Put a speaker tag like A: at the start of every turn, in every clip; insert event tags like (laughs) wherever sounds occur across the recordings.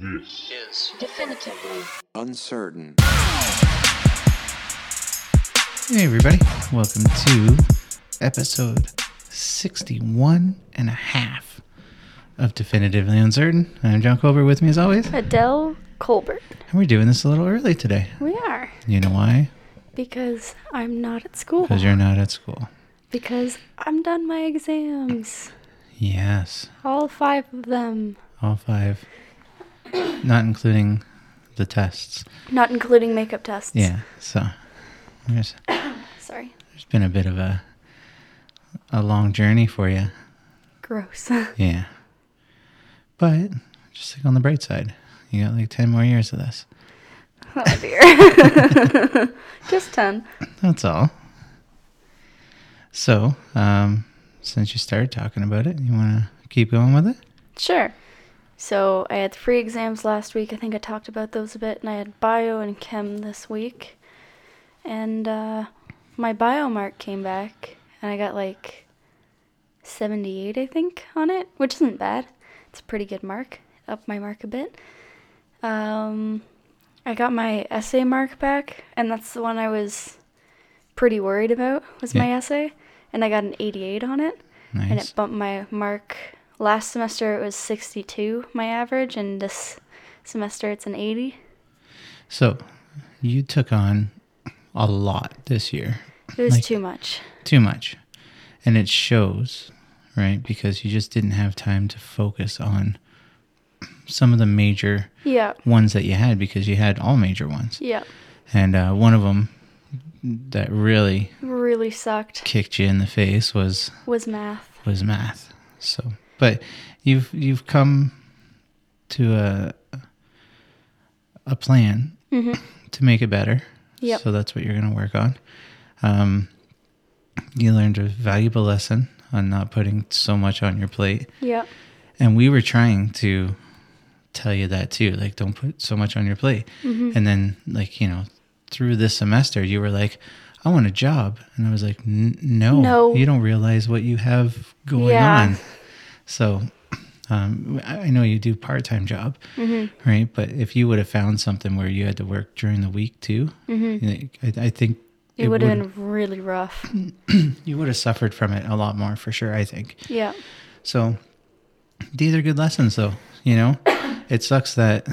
A: This
B: is
C: Definitively.
D: Uncertain.
E: Hey, everybody. Welcome to episode 61 and a half of Definitively Uncertain. I'm John Colbert with me as always. And
C: Adele Colbert.
E: we're doing this a little early today.
C: We are.
E: You know why?
C: Because I'm not at school.
E: Because you're not at school.
C: Because I'm done my exams.
E: Yes,
C: All five of them.
E: all five, not including the tests.
C: Not including makeup tests.
E: Yeah, so there's,
C: Sorry.
E: there's been a bit of a a long journey for you.
C: Gross. (laughs)
E: Yeah. But just like on the bright side, you got like 10 more years of this.
C: oh dear. (laughs) Just 10.
E: That's all. So, um, since you started talking about it, you want to keep going with it?
C: Sure. So I had three exams last week. I think I talked about those a bit. And I had bio and chem this week. And uh, my bio mark came back. And I got like 78, I think, on it, which isn't bad. It's a pretty good mark. Up my mark a bit. Um, I got my essay mark back. And that's the one I was pretty worried about, was my
E: Yeah.
C: essay. And I got an 88 on it and it
E: Nice.
C: bumped my mark. Last semester it was 62, my average, and this semester it's an 80.
E: So, you took on a lot this year,
C: It was
E: Like-
C: too much.
E: too much. And it shows, right? Because you just didn't have time to focus on some of the major
C: Yeah,
E: ones that you had because you had all major ones.
C: yeah,
E: And uh, one of them that really
C: really sucked.
E: kicked you in the face was
C: Was math.
E: was math. So, but you've you've come to a a plan to make it better.
C: Yep.
E: So that's what you're going to work on. Um, you learned a valuable lesson on not putting so much on your plate,
C: Yeah,
E: and we were trying to tell you that too. Like, don't put so much on your plate.
C: Mm-hmm.
E: And then, like you know, through this semester, you were like. I want a job, and I was like, N- "No,
C: No.
E: you don't realize what you have going
C: Yeah.
E: on." So um, I I know you do part time job,
C: Mm-hmm.
E: right? But if you would have found something where you had to work during the week too, I, I think
C: Mm-hmm. it, would have been really rough.
E: you would have suffered from it a lot more for sure. I think
C: yeah,
E: so. These are good lessons, though. You know, it sucks that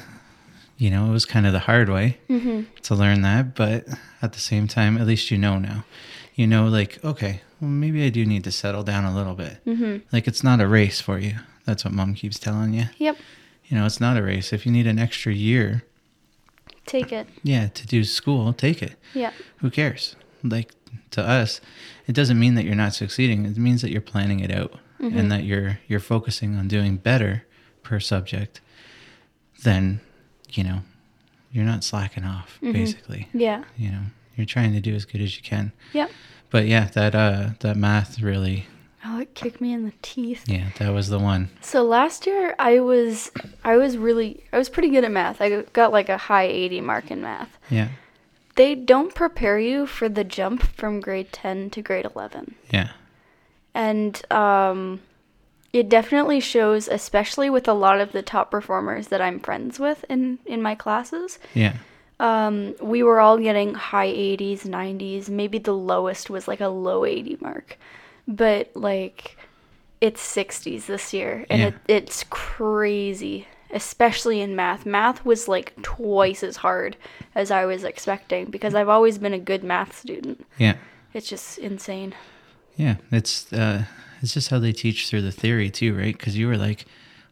E: you know it was kind of the hard way to learn that, but at the same time, at least you know now. You know, like okay, well, maybe I do need to settle down a little bit. Like it's not a race for you. That's what mom keeps telling you.
C: yep,
E: you know it's not a race if you need an extra year
C: take it.
E: yeah to do school take it
C: Yeah,
E: who cares like to us it doesn't mean that you're not succeeding it means that you're planning it out and that you're you're focusing on doing better per subject then you know you're not slacking off basically
C: yeah,
E: you know you're trying to do as good as you can
C: yep.
E: but yeah that uh that math really
C: Oh, it kicked me in the teeth.
E: yeah that was the one
C: So last year I was I was really I was pretty good at math. I got like a high 80 mark in math.
E: yeah
C: They don't prepare you for the jump from grade 10 to grade 11.
E: yeah
C: and um, it definitely shows, especially with a lot of the top performers that I'm friends with in in my classes.
E: yeah
C: Um, we were all getting high 80s, 90s. Maybe the lowest was like a low 80 mark, but like it's 60s this year, and
E: Yeah.
C: it, it's crazy. Especially in math. Math was like twice as hard as I was expecting because I've always been a good math student.
E: yeah
C: It's just insane.
E: Yeah, it's uh, it's just how they teach through the theory too, right? Because you were like,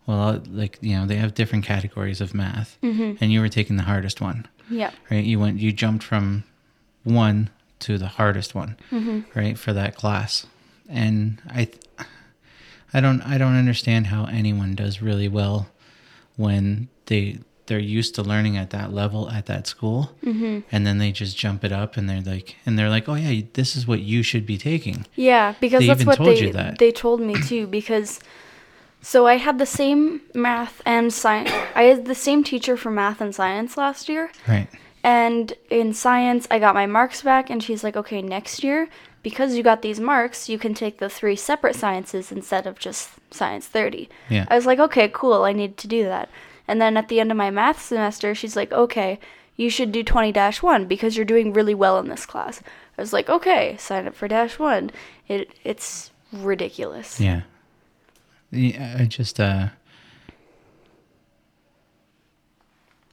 E: well, like you know, they have different categories of math, and you were taking the hardest one,
C: Yeah.
E: right? You went, you jumped from one to the hardest one, right, for that class, and I, th- I don't, I don't understand how anyone does really well when they they're used to learning at that level at that school and then they just jump it up and they're like and they're like oh yeah this is what you should be taking
C: Yeah, because
E: They
C: that's
E: even
C: what
E: told
C: they
E: you that.
C: they told me too. Because so I had the same math and science. I had the same teacher for math and science last year,
E: right
C: and in science I got my marks back, and she's like, "Okay, next year, because you got these marks, you can take the three separate sciences instead of just science 30."
E: Yeah.
C: I was like, "Okay, cool. I need to do that." And then at the end of my math semester, she's like, okay, you should do 20 1 because you're doing really well in this class. I was like, okay, sign up for dash one. It It's ridiculous.
E: Yeah. Yeah, I just uh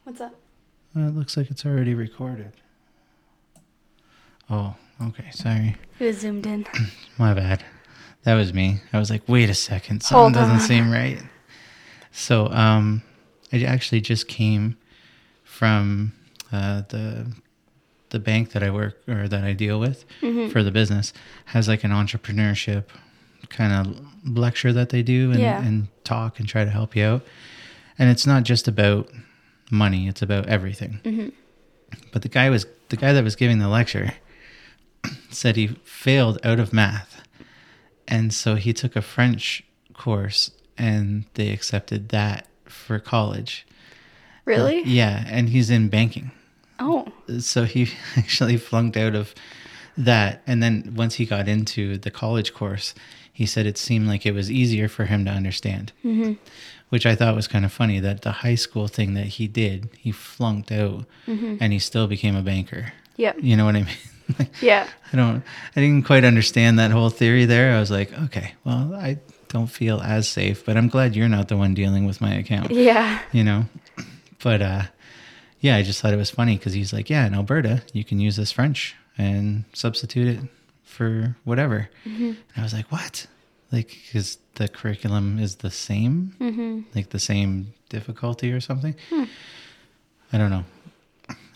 C: What's up?
E: well, it looks like it's already recorded. Oh, okay, sorry.
C: It was
E: (clears throat)
C: zoomed in.
E: My bad. That was me. I was like, wait a second,
C: Hold
E: something doesn't
C: on.
E: seem right. So, um, I actually just came from uh, the the bank that I work or that I deal with
C: Mm-hmm.
E: for the business has like an entrepreneurship kind of lecture that they do and,
C: Yeah.
E: and talk and try to help you out. And it's not just about money; it's about everything.
C: Mm-hmm.
E: But the guy was the guy that was giving the lecture said he failed out of math. And so he took a French course and they accepted that for college.
C: Really?
E: Yeah, and he's in banking.
C: Oh,
E: So he (laughs) actually flunked out of that and then once he got into the college course, he said it seemed like it was easier for him to understand.
C: Mm-hmm.
E: Which I thought was kind of funny that the high school thing that he did, he flunked out and he still became a banker.
C: Mm-hmm. yep.
E: You know what I (laughs) mean? Like,
C: Yeah.
E: I don't I didn't quite understand that whole theory there. I was like, okay, well, I don't feel as safe, but I'm glad you're not the one dealing with my account,
C: Yeah.
E: you know. But uh yeah, I just thought it was funny cuz he's like, yeah, in Alberta, you can use this French and substitute it for whatever. And I was like, what? Like cuz the curriculum is the same? Like the same difficulty or something? I don't know.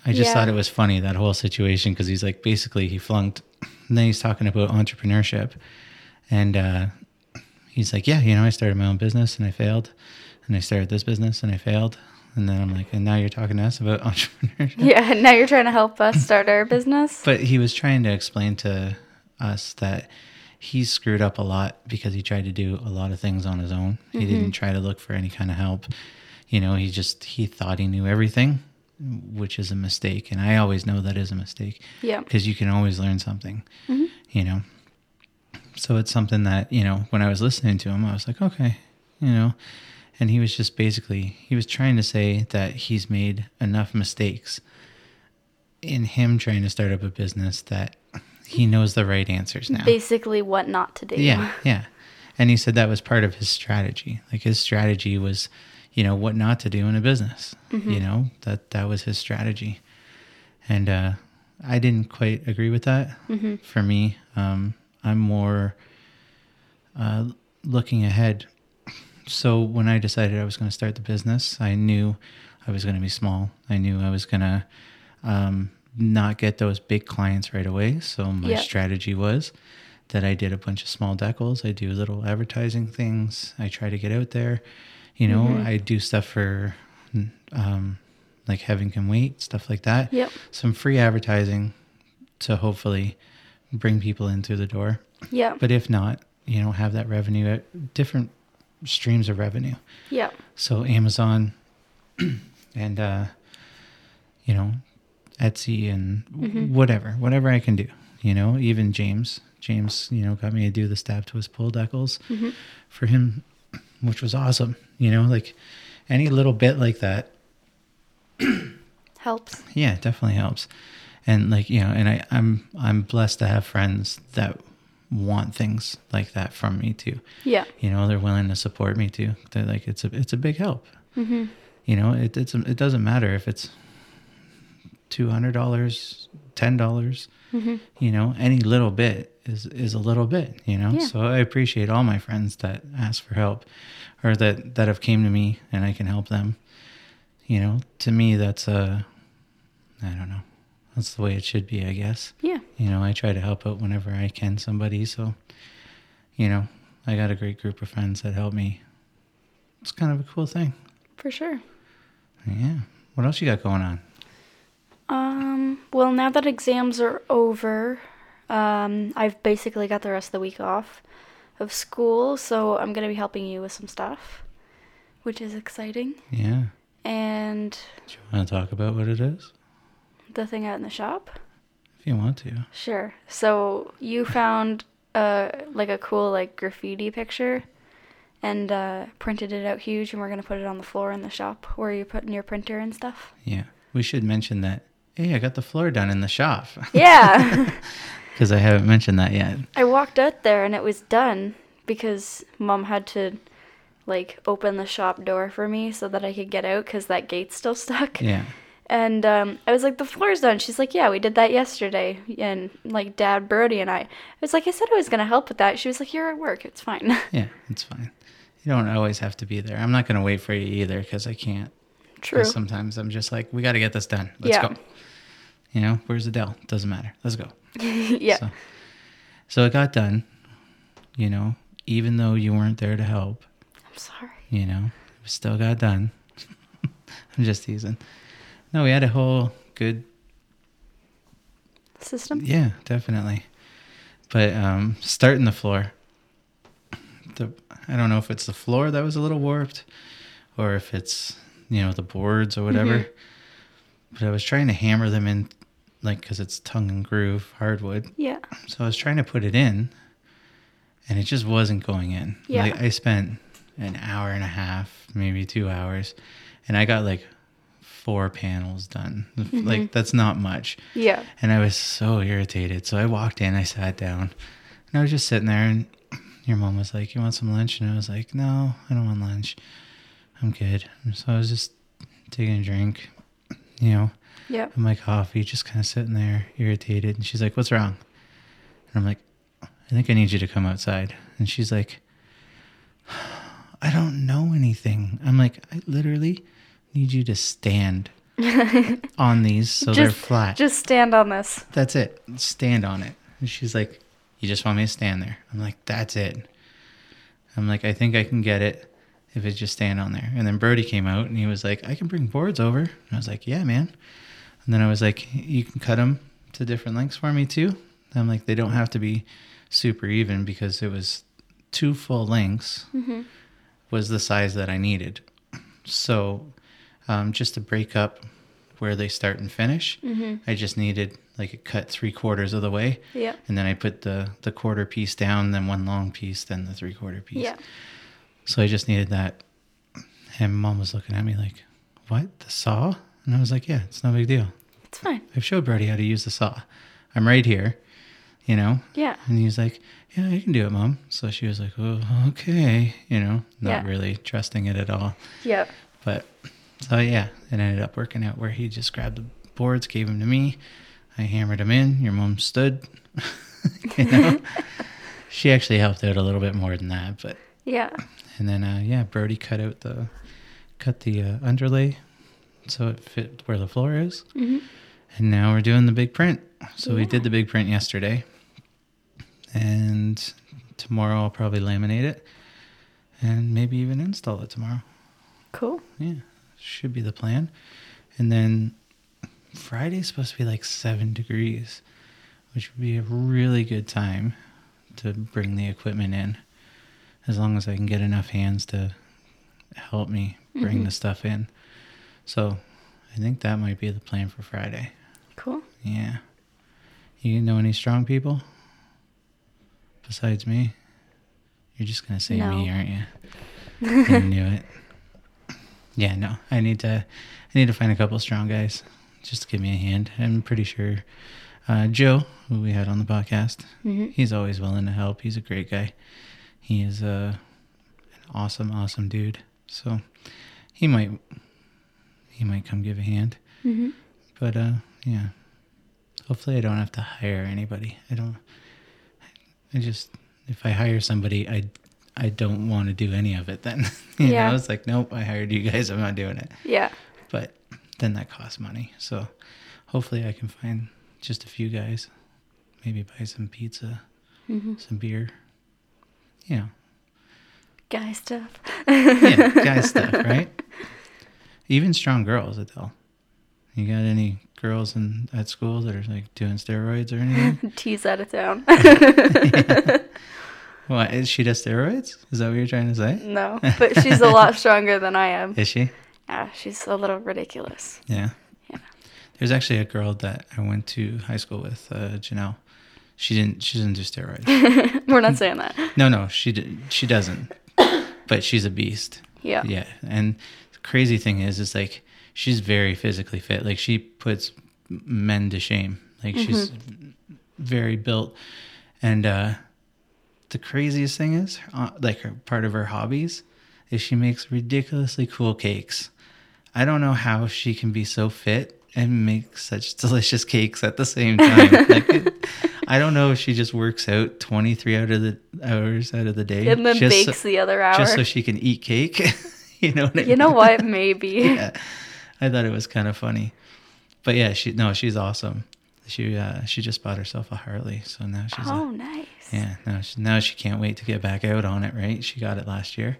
E: I just
C: Yeah.
E: thought it was funny that whole situation because he's like basically he flunked. And then he's talking about entrepreneurship, and uh, he's like, "Yeah, you know, I started my own business and I failed, and I started this business and I failed." And then I'm like, "And now you're talking to us about (laughs) entrepreneurship?"
C: Yeah. Now you're trying to help us start our business?
E: But he was trying to explain to us that he screwed up a lot because he tried to do a lot of things on his own.
C: Mm-hmm.
E: He didn't try to look for any kind of help. You know, he just he thought he knew everything, which is a mistake, and I always know that is a mistake
C: Yeah.
E: because you can always learn something, you know. So it's something that you know. When I was listening to him, I was like, okay, you know. And he was just basically he was trying to say that he's made enough mistakes in him trying to start up a business that he knows the right answers now.
C: Basically, what not to do.
E: Yeah, yeah. And he said that was part of his strategy. Like his strategy was, you know, what not to do in a business. You know, that that was his strategy. And uh, I didn't quite agree with that. For me, um, I'm more uh, looking ahead. So when I decided I was going to start the business, I knew I was going to be small. I knew I was going to um, not get those big clients right away. So my
C: Yeah.
E: strategy was that I did a bunch of small decals. I do little advertising things. I try to get out there. You know,
C: Mm-hmm.
E: I do stuff for um, like Heaven Can Wait, stuff like that.
C: Yep.
E: Some free advertising to hopefully bring people in through the door.
C: Yeah.
E: But if not, you know, have that revenue at different streams of revenue.
C: Yeah.
E: So Amazon (clears throat) and uh, you know, Etsy and
C: Mm-hmm.
E: whatever, whatever I can do. You know, even James. James, you know, got me to do the stab twist pull decals
C: Mm-hmm.
E: for him, which was awesome. You know, like any little bit like that
C: Helps.
E: yeah it definitely helps and like you know and I, i'm i'm blessed to have friends that want things like that from me too
C: Yeah.
E: you know they're willing to support me too they're like it's a it's a big help
C: Mm-hmm.
E: you know it, it's it doesn't matter if it's $200 $10 dollars
C: Mm-hmm.
E: you know any little bit is is a little bit you know
C: Yeah.
E: so i appreciate all my friends that ask for help or that that have came to me and i can help them you know to me that's a i don't know that's the way it should be i guess
C: Yeah.
E: you know i try to help out whenever i can somebody so you know i got a great group of friends that help me it's kind of a cool thing
C: For sure.
E: yeah what else you got going on
C: Um, well, now that exams are over, um, I've basically got the rest of the week off of school, so I'm going to be helping you with some stuff, which is exciting.
E: yeah
C: And
E: do you want to talk about what it is
C: the thing out in the shop?
E: if you want to
C: Sure. So you found uh like a cool like graffiti picture and uh, printed it out huge, and we're gonna put it on the floor in the shop where you put in your printer and stuff.
E: Yeah. We should mention that. Hey, I got the floor done in the shop (laughs)
C: (laughs) Yeah,
E: because I haven't mentioned that yet.
C: I walked out there and it was done because mom had to like open the shop door for me so that I could get out because that gate's still stuck.
E: Yeah.
C: And um, I was like, the floor's done. She's like, yeah, we did that yesterday. And like, Dad, Brody, and I. I was like, I said I was going to help with that. She was like, you're at work. It's fine. (laughs)
E: Yeah. It's fine. You don't always have to be there. I'm not going to wait for you either because I can't. 'Cause
C: True.
E: Sometimes I'm just like, we got to get this done. Let's
C: Yeah.
E: go. You know, where's Adele? Doesn't matter. Let's go.
C: (laughs) yeah.
E: So, so it got done, you know, even though you weren't there to help,
C: I'm sorry.
E: you know, it still got done. (laughs) I'm just teasing. No, we had a whole good,
C: System?
E: yeah, definitely. But um, starting the floor, the I don't know if it's the floor that was a little warped or if it's, you know, the boards or whatever. But I was trying to hammer them in, like, because it's tongue and groove hardwood.
C: Yeah.
E: So I was trying to put it in, and it just wasn't going in.
C: Yeah.
E: Like I spent an hour and a half, maybe two hours, and I got like four panels done. Like that's not much.
C: Yeah.
E: And I was so irritated. So I walked in, I sat down, and I was just sitting there. And your mom was like, "You want some lunch?" And I was like, "No, I don't want lunch. I'm good." And so I was just taking a drink, you know,
C: Yeah.
E: and my coffee, just kind of sitting there, irritated. And she's like, What's wrong? And I'm like, I think I need you to come outside. And she's like, I don't know anything. I'm like, I literally need you to stand on these so they're
C: Just-
E: flat.
C: Just stand on this.
E: That's it. Stand on it. And she's like, You just want me to stand there. I'm like, That's it. I'm like, I think I can get it if it's just stand on there. And then Brody came out and he was like, I can bring boards over. And I was like, Yeah, man. And then I was like, You can cut them to different lengths for me too. And I'm like, They don't have to be super even because it was two full lengths was the size that I needed. So um, just to break up where they start and finish, I just needed like a cut three quarters of the way.
C: Mm-hmm. Yeah.
E: And then I put the, the quarter piece down, then one long piece, then the three quarter piece.
C: Yeah.
E: So I just needed that. And mom was looking at me like, what? The saw? And I was like, yeah, it's no big deal.
C: It's fine.
E: I've showed Brody how to use the saw. I'm right here, you know?
C: Yeah.
E: And he was like, yeah, I can do it, mom. So she was like, oh, okay, you know, not
C: Yeah.
E: really trusting it at all.
C: Yeah.
E: But so yeah, it ended up working out where he just grabbed the boards, gave them to me. I hammered them in. Your mom stood. (laughs) you know, she actually helped out a little bit more than that. But
C: Yeah.
E: and then uh, yeah, Brody cut out the cut the uh, underlay so it fit where the floor is. And now we're doing the big print. So we did the big print yesterday, and tomorrow I'll probably laminate it, and maybe even install it tomorrow.
C: Cool.
E: Yeah, should be the plan. And then Friday's supposed to be like seven degrees, which would be a really good time to bring the equipment in, as long as I can get enough hands to help me bring
C: Mm-hmm.
E: the stuff in. So I think that might be the plan for Friday.
C: Cool.
E: Yeah. You know any strong people besides me? You're just gonna say me,
C: No.
E: aren't you?
C: (laughs)
E: I knew it. Yeah, no. I need to. I need to find a couple strong guys just to give me a hand. I'm pretty sure uh, Joe, who we had on the podcast,
C: Mm-hmm.
E: he's always willing to help. He's a great guy. He is uh, an awesome, awesome dude. So he might he might come give a hand.
C: Mm-hmm.
E: But uh, yeah, hopefully I don't have to hire anybody. I don't. I just if I hire somebody, I I don't want to do any of it. Then (laughs) you
C: Yeah.
E: know, it's like nope. I hired you guys. I'm not doing it.
C: Yeah.
E: But then that costs money. So hopefully I can find just a few guys. Maybe buy some pizza,
C: Mm-hmm.
E: some beer. You know,
C: Guy stuff.
E: yeah, guy stuff, right? Even strong girls, Adele. You got any girls in at school that are like doing steroids or anything?
C: (laughs) Tease out of town.
E: what is she does steroids? Is that what you're trying to say?
C: no. But she's a lot stronger than I am.
E: Is she?
C: Yeah. She's a little ridiculous.
E: Yeah.
C: Yeah.
E: There's actually a girl that I went to high school with, uh, Janelle. She didn't. She doesn't do steroids.
C: (laughs) We're not saying that.
E: No, no, she d- she doesn't. but she's a beast.
C: Yeah.
E: Yeah. And the crazy thing is, is like she's very physically fit. Like she puts men to shame. Like she's
C: Mm-hmm.
E: very built. And uh, the craziest thing is, uh, like her, part of her hobbies is she makes ridiculously cool cakes. I don't know how she can be so fit and make such (laughs) delicious cakes at the same time. like,
C: (laughs)
E: it, I don't know if she just works out 23 out of the hours out of the day
C: And then
E: just so-
C: bakes the other hour.
E: just
C: (laughs)
E: so she can eat cake. (laughs) you know what I
C: you
E: (laughs)
C: know what? Maybe.
E: yeah. I thought it was kind of funny. But yeah, she no, she's awesome. She uh, she just bought herself a Harley, so now she's a,
C: Oh, nice.
E: yeah. Now she, now she can't wait to get back out on it. Right? She got it last year,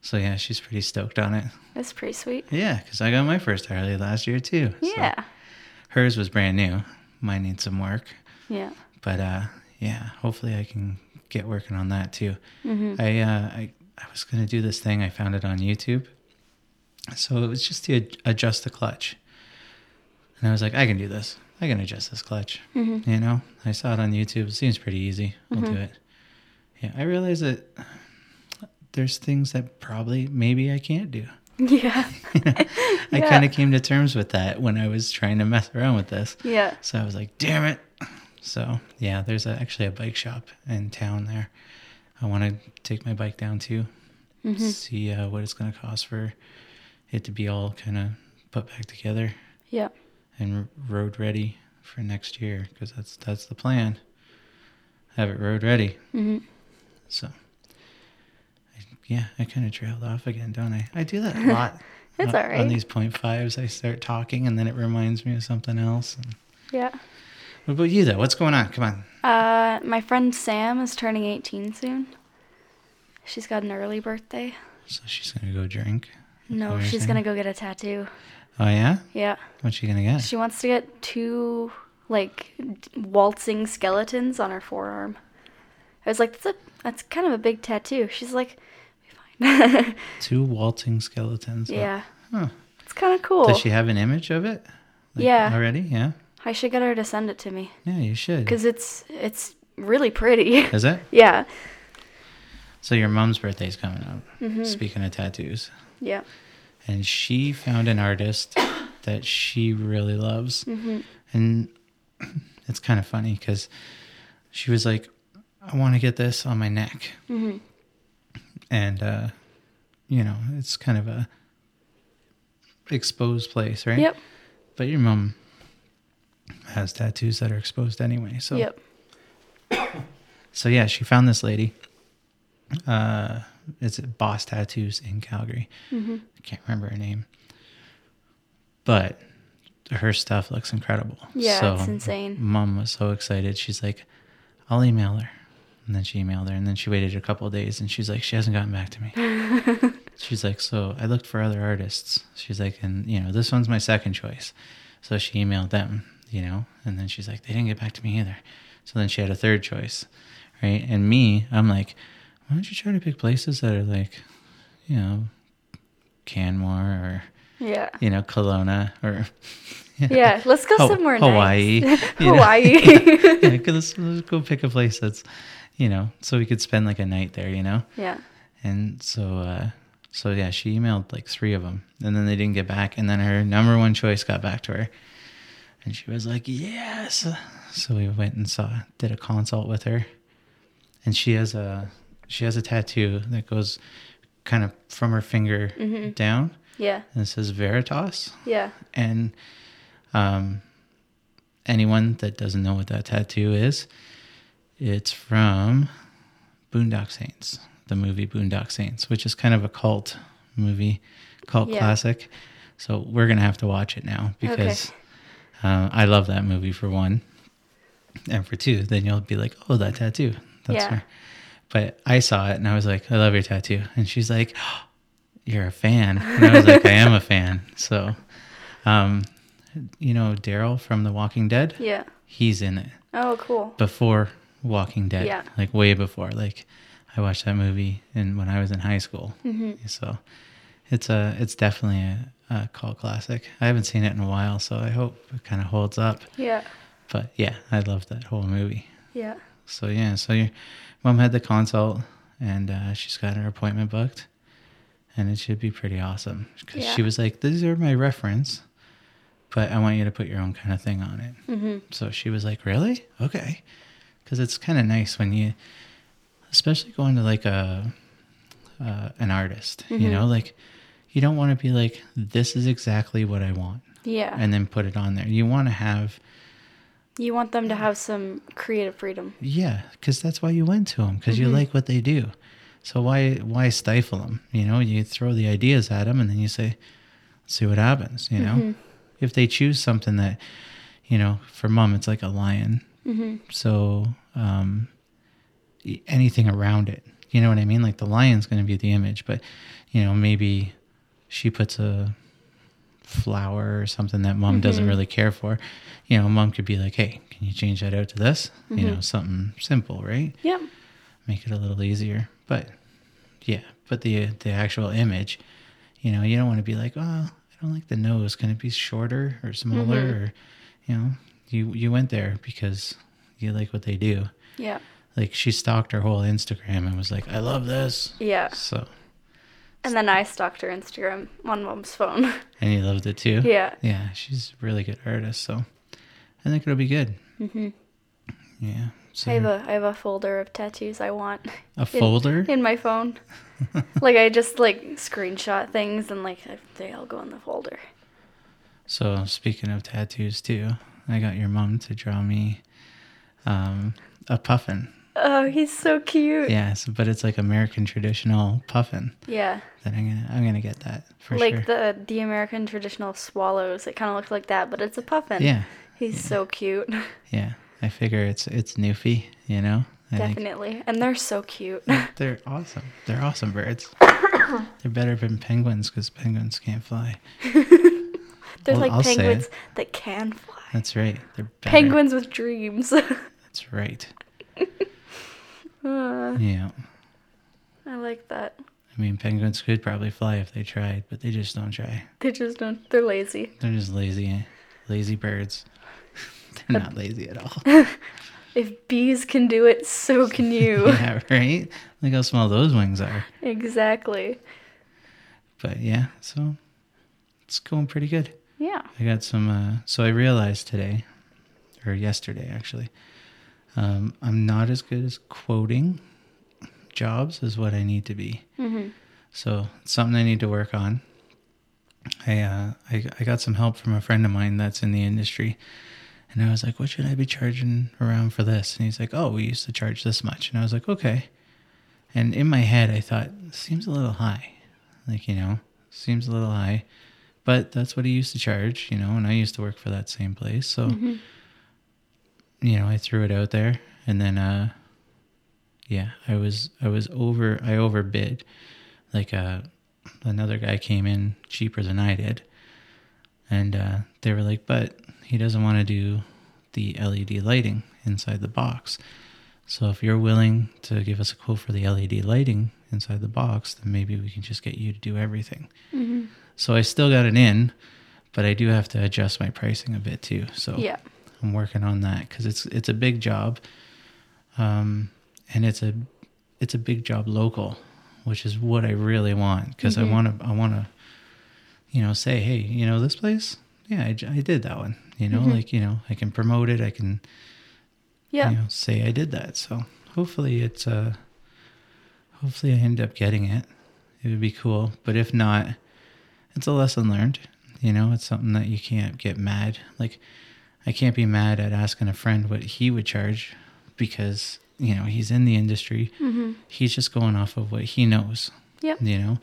E: so yeah, she's pretty stoked on it.
C: That's pretty sweet.
E: Yeah, because I got my first Harley last year too. so
C: Yeah.
E: hers was brand new. Mine needs some work,
C: Yeah. (laughs)
E: but uh, yeah, hopefully I can get working on that too. I, uh, I I was gonna do this thing. I found it on YouTube. So it was just to ad- adjust the clutch, and I was like, I can do this. I can adjust this clutch. You know, I saw it on YouTube. It seems pretty easy. I'll do it. Yeah, I realize that there's things that probably maybe I can't do.
C: Yeah.
E: I
C: Yeah.
E: kind of came to terms with that when I was trying to mess around with this.
C: Yeah.
E: So I was like, damn it. So yeah, there's a, actually a bike shop in town there. I want to take my bike down to see uh, what it's going to cost for it to be all kind of put back together
C: Yeah.
E: and r- road ready for next year because that's that's the plan. Have it road ready.
C: Mhm.
E: So I, yeah, I kind of trailed off again, don't I? I do that a lot.
C: It's
E: on,
C: alright.
E: On these point fives, I start talking and then it reminds me of something else. And-
C: Yeah.
E: what about you though? What's going on? Come on.
C: Uh, my friend Sam is turning 18 soon. She's got an early birthday.
E: So she's gonna go drink.
C: No,
E: you're
C: she's
E: saying?
C: gonna go get a tattoo.
E: Oh yeah?
C: Yeah.
E: What's she gonna get?
C: She wants to get two, like, d- waltzing skeletons on her forearm. I was like, that's, a, that's kind of a big tattoo. She's like, "Be fine. (laughs)
E: Two waltzing skeletons.
C: yeah.
E: Huh.
C: It's kind of cool.
E: Does she have an image of it?
C: Yeah.
E: Already? Yeah.
C: I should get her to send it to me.
E: Yeah, you should.
C: Because it's, it's really pretty. (laughs)
E: Is it?
C: yeah.
E: So your mom's birthday's coming up.
C: Mm-hmm.
E: Speaking of tattoos,
C: Yeah.
E: and she found an artist that she really loves,
C: Mm-hmm.
E: and it's kind of funny because she was like, "I want to get this on my neck,"
C: Mm-hmm.
E: and uh, you know, it's kind of a exposed place, right?
C: Yep.
E: But your mom has tattoos that are exposed anyway, so
C: Yep.
E: (coughs) so yeah, she found this lady. Uh, it's at Boss Tattoos in Calgary.
C: Mm-hmm.
E: I can't remember her name, but her stuff looks incredible.
C: Yeah, it's insane.
E: Mom was so excited. She's like, "I'll email her," and then she emailed her, and then she waited a couple of days, and she's like, "She hasn't gotten back to me." she's like, "So I looked for other artists." She's like, "And you know, this one's my second choice." So she emailed them, you know, and then she's like, "They didn't get back to me either." So then she had a third choice, right? And me, I'm like, "Why don't you try to pick places that are like, you know, Canmore or
C: Yeah.
E: you know, Kelowna or (laughs)
C: Yeah, let's go
E: Ho-
C: somewhere (laughs)
E: Hawaii.
C: nice.
E: you know?
C: Hawaii.
E: (laughs) yeah, 'cause let's, let's go pick a place that's, you know, so we could spend like a night there, you know?
C: yeah.
E: And so, uh, so yeah, she emailed like three of them and then they didn't get back. And then her number one choice got back to her and she was like, yes. So we went and saw, did a consult with her and she has a, she has a tattoo that goes kind of from her finger
C: Mm-hmm.
E: down
C: Yeah.
E: and it says Veritas
C: Yeah.
E: and um, anyone that doesn't know what that tattoo is, it's from Boondock Saints, the movie Boondock Saints, which is kind of a cult movie, cult
C: Yeah.
E: classic. So we're gonna have to watch it now because uh, I love that movie for one, and for two, then you'll be like, oh, that tattoo, that's
C: Yeah.
E: her. But I saw it and I was like, I love your tattoo, and she's like, "Oh, you're a fan, and I was like, I am a fan. (laughs) So um, you know Daryl from The Walking Dead.
C: Yeah.
E: He's in it
C: Oh, cool.
E: before Walking Dead.
C: Yeah.
E: Like way before. Like I watched that movie and when I was in high school.
C: Mm-hmm.
E: So it's a it's definitely a, a cult classic. I haven't seen it in a while, so I hope it kind of holds up.
C: Yeah.
E: But yeah, I loved that whole movie.
C: Yeah.
E: So yeah, so your mom had the consult and uh, she's got her appointment booked. and it should be pretty awesome because
C: Yeah.
E: she was like, "These are my reference, but I want you to put your own kind of thing on it."
C: Mhm.
E: So she was like, "Really? Okay," because it's kind of nice when you, especially going to like a uh, an artist,
C: Mm-hmm.
E: you know, like you don't want to be like, "This is exactly what I want,"
C: Yeah.
E: and then put it on there. You want to have
C: you want them to have some creative freedom.
E: Yeah, because that's why you went to them because you like what they do. So why why stifle them? You know, you throw the ideas at them and then you say, see what happens. You know, if they choose something that, you know, for mom it's like a lion. So um, y- anything around it, you know what I mean? Like the lion's going to be the image, but you know maybe she puts a flower or something that mom doesn't
C: Mm-hmm.
E: really care for, you know, mom could be like, hey, can you change that out to this? You
C: Mm-hmm.
E: know, something simple, right?
C: Yep.
E: Make it a little easier. But yeah, but the the actual image, you know, you don't want to be like, oh, I don't like the nose. Can it be shorter or smaller?
C: Mm-hmm.
E: Or, you know, you you went there because you like what they do.
C: Yeah.
E: Like she stalked her whole Instagram and was like, I love this.
C: Yeah.
E: So
C: And then I stalked her Instagram on mom's phone. (laughs)
E: and you loved it too.
C: yeah.
E: Yeah, she's a really good artist, so I think it'll be good. Mm-hmm. Yeah. So
C: I have a I have a folder of tattoos I want
E: a folder?
C: in my (laughs) phone. like I just like screenshot things and like I- they all go in the folder.
E: So speaking of tattoos too, I got your mom to draw me um, a puffin.
C: Oh, he's so cute.
E: Yeah, so, but it's like American traditional puffin.
C: Yeah.
E: That I'm gonna I'm gonna get that for
C: like
E: sure.
C: the the American traditional swallows. It kind of looks like that, but it's a puffin.
E: yeah,
C: He's so cute. (laughs)
E: yeah. I figure it's it's Newfie, you know. I think
C: Definitely. And they're so cute.
E: they're awesome. They're awesome
C: (coughs)
E: birds. they're better than penguins because penguins can't fly.
C: (laughs) They're
E: Well,
C: like
E: I'll say it.
C: penguins that can fly.
E: That's right. They're better.
C: Penguins with dreams. (laughs)
E: That's right.
C: Uh,
E: Yeah.
C: I like that.
E: I mean, penguins could probably fly if they tried, but they just don't try.
C: They just don't, they're lazy.
E: They're just lazy, lazy birds. (laughs) They're not lazy at all.
C: If bees can do it, so can
E: (laughs)
C: you.
E: yeah, right? Look how small those wings are.
C: exactly.
E: But yeah, so it's going pretty good.
C: Yeah.
E: I got some. Uh, so I realized today, or yesterday actually, um, I'm not as good as quoting jobs as what I need to be. So it's something I need to work on. I, uh, I I got some help from a friend of mine that's in the industry, and I was like, "What should I be charging around for this?" And he's like, "Oh, we used to charge this much," and I was like, "Okay." And in my head, I thought, "Seems a little high," like you know, seems a little high but that's what he used to charge, you know, and I used to work for that same place. So, you know, I threw it out there and then, uh, yeah, I was, I was over, I overbid like, uh, another guy came in cheaper than I did and, uh, they were like, but he doesn't want to do the LED lighting inside the box. So if you're willing to give us a quote for the LED lighting inside the box, then maybe we can just get you to do everything. So I still got it in, but I do have to adjust my pricing a bit too. So
C: Yeah.
E: I'm working on that because it's it's a big job, um, and it's a it's a big job local, which is what I really want because I want to I want to, you know, say hey, you know this place, yeah, I, j- I did that one, you know, like you know I can promote it, I can
C: Yeah.
E: you know say I did that. So hopefully it's uh hopefully I end up getting it. It would be cool, but if not, it's a lesson learned. You know, it's something that you can't get mad. Like I can't be mad at asking a friend what he would charge because you know he's in the industry. He's just going off of what he knows
C: Mm-hmm. Yep.
E: you know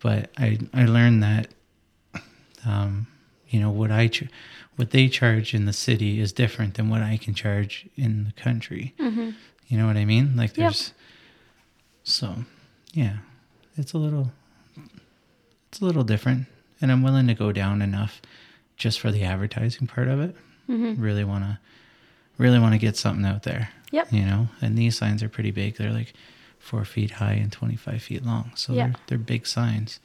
E: but i i learned that um you know what i ch- what they charge in the city is different than what i can charge in the country you know what i mean like there's so yeah it's a little it's a little different and i'm willing to go down enough just for the advertising part of it really want to really want to get something out there
C: Yep.
E: you know and these signs are pretty big they're like four feet high and 25 feet long so
C: Yeah.
E: they're, they're big signs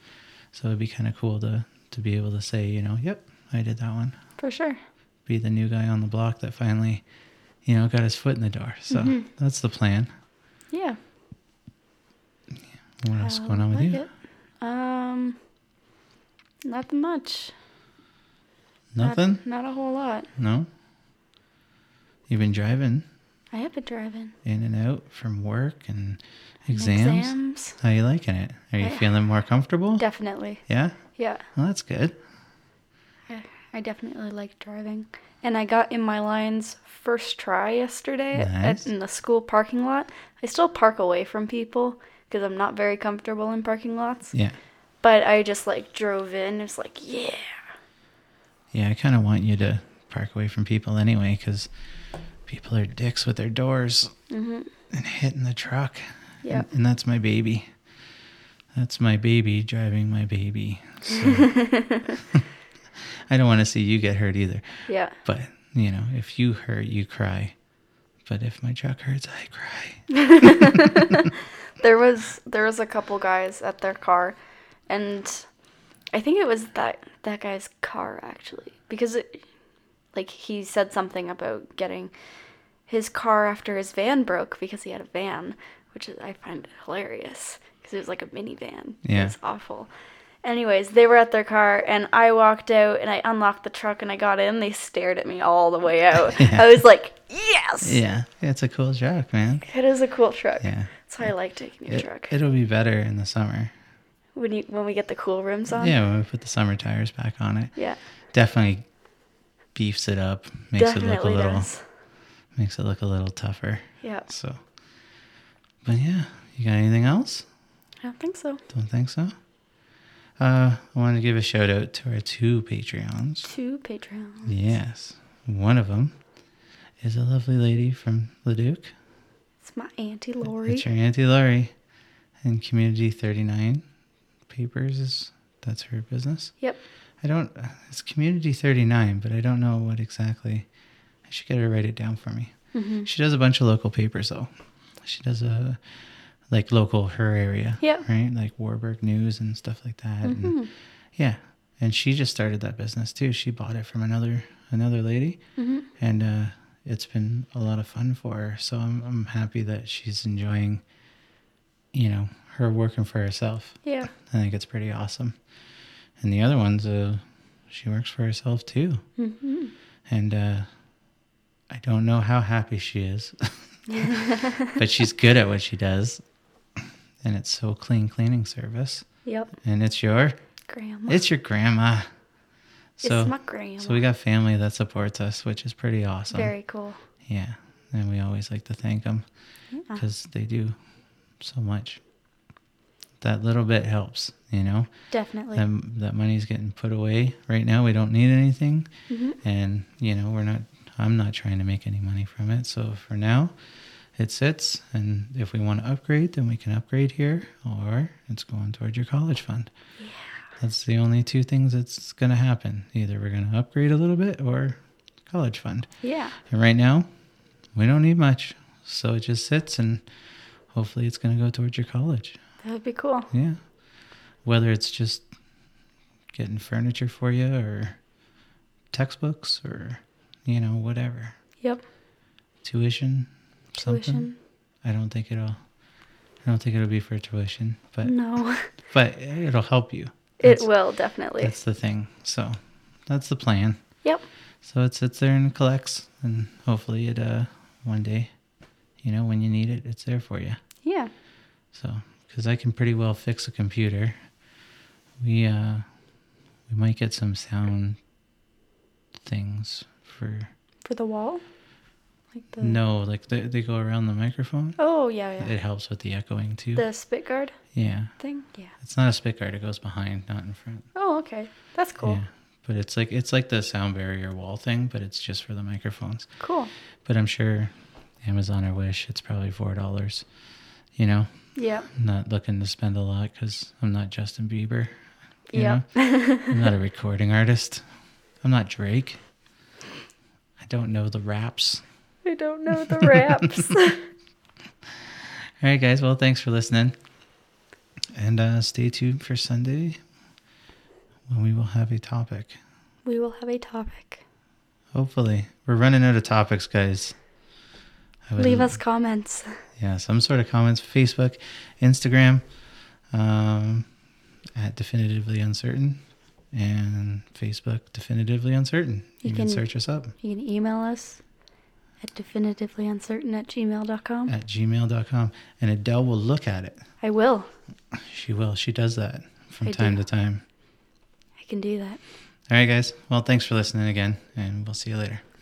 E: so it'd be kind of cool to to be able to say you know yep i did that one
C: For sure.
E: be the new guy on the block that finally you know got his foot in the door so that's the plan
C: Mm-hmm. Yeah. Um,
E: what else is
C: I
E: going on with
C: like
E: you
C: it. Um, nothing much.
E: Nothing?
C: Not, not a whole lot.
E: No. You've been driving
C: I have been driving.
E: in and out from work and exams.
C: Exams.
E: How you liking it? Are you
C: I-
E: feeling more comfortable?
C: Definitely.
E: yeah.
C: Yeah.
E: Well, that's good.
C: I- I definitely like driving. And I got in my lines first try yesterday at-
E: Nice.
C: in the school parking lot. I still park away from people because I'm not very comfortable in parking lots.
E: Yeah.
C: But I just like drove in. It's like, yeah.
E: Yeah, I kind of want you to park away from people anyway, 'cause people are dicks with their doors
C: Mm-hmm.
E: and hitting the truck.
C: Yeah.
E: And, and that's my baby. That's my baby driving my baby. So (laughs) I don't want to see you get hurt either.
C: Yeah.
E: But, you know, if you hurt, you cry. But if my truck hurts, I
C: (laughs)
E: cry.
C: There was there was a couple guys at their car and I think it was that that guy's car actually because it, like he said something about getting his car after his van broke because he had a van, which is, I find hilarious because it was like a minivan.
E: Yeah.
C: It was awful. Anyways, they were at their car and I walked out and I unlocked the truck and I got in. They stared at me all the
E: (laughs)
C: way out. I was like, "Yes."
E: Yeah, it's a cool truck, man.
C: It is a cool truck.
E: Yeah.
C: That's why I like taking your
E: It,
C: truck.
E: It'll be better in the summer.
C: when you when we get the cool rims on.
E: Yeah, when we put the summer tires back on it.
C: Yeah.
E: definitely beefs it up makes it look a
C: definitely
E: little
C: does.
E: makes it look a little tougher
C: Yeah.
E: so but yeah you got anything else
C: I don't think so.
E: don't think so uh i want to give a shout out to our two patreons
C: Two Patreons.
E: yes one of them is a lovely lady from leduc
C: It's my auntie Lori.
E: it's your auntie laurie and community 39 papers is that's her business
C: Yep.
E: I don't. It's Community Thirty Nine, but I don't know what exactly. I should get her to write it down for me.
C: Mm-hmm.
E: She does a bunch of local papers though. She does a like local her area.
C: Yeah.
E: Right, like Warburg News and stuff like that.
C: Mm-hmm.
E: And, yeah, and she just started that business too. She bought it from another another lady, and uh, it's been a lot of fun for her. So I'm I'm happy that she's enjoying. You know, her working for herself.
C: Yeah.
E: I think it's pretty awesome. And the other one's uh, she works for herself too, and uh, I don't know how happy she is, but she's good at what she does, and it's so clean cleaning service,
C: Yep.
E: and it's your
C: Grandma.
E: it's your grandma.
C: It's
E: So
C: my grandma.
E: so we got family that supports us, which is pretty awesome.
C: Very cool.
E: Yeah, and we always like to thank them
C: Yeah.
E: because they do so much. That little bit helps, you know.
C: Definitely.
E: that, that money's getting put away right now we don't need anything
C: Mm-hmm.
E: and you know we're not i'm not trying to make any money from it so for now it sits and if we want to upgrade then we can upgrade here or it's going toward your college fund that's the only two things that's going to happen either we're going to upgrade a little bit or college fund
C: yeah.
E: and right now we don't need much so it just sits and hopefully it's going to go towards your college
C: That would be cool.
E: yeah. Whether it's just getting furniture for you or textbooks or, you know, whatever.
C: Yep.
E: Tuition, something.
C: Tuition.
E: I don't think it'll. I don't think it'll be for tuition, but
C: No. (laughs)
E: but it'll help you.
C: Mm. it
E: That's-
C: will definitely.
E: That's the thing. So that's the plan.
C: Yep.
E: So it sits there and collects, and hopefully it uh one day, you know, when you need it, it's there for you.
C: Yeah.
E: So, because I can pretty well fix a computer, we uh, we might get some sound things for
C: For the wall. Like the.
E: no, like they they go around the microphone.
C: Oh yeah Mm. yeah.
E: It helps with the echoing too.
C: The spit guard
E: yeah,
C: thing. Yeah.
E: it's not a spit guard; it goes behind, not in front.
C: Oh okay. That's cool.
E: Yeah, but it's like it's like the sound barrier wall thing, but it's just for the microphones.
C: Cool.
E: But I'm sure Amazon or Wish, it's probably four dollars. You know,
C: Yeah.
E: I'm not looking to spend a lot because I'm not Justin Bieber. you
C: Yeah. (laughs)
E: know? I'm not a recording artist. I'm not Drake. I don't know the raps.
C: I don't know the raps.
E: All right, guys. Well, thanks for listening. And uh, stay tuned for Sunday when we will have a topic.
C: we will have a topic.
E: Hopefully. We're running out of topics, guys. I would-
C: Leave us comments.
E: Yeah, some sort of comments. Facebook, Instagram, um, at definitively uncertain and Facebook definitively uncertain. You,
C: You
E: can,
C: can-
E: search us up
C: You can email us at definitivelyuncertain at gmail.com.
E: at gmail.com and Adele will look at it.
C: I will.
E: She will. She does that from
C: I
E: time
C: do.
E: to time.
C: I can do that.
E: All right, guys. Well, thanks for listening again, and we'll see you later.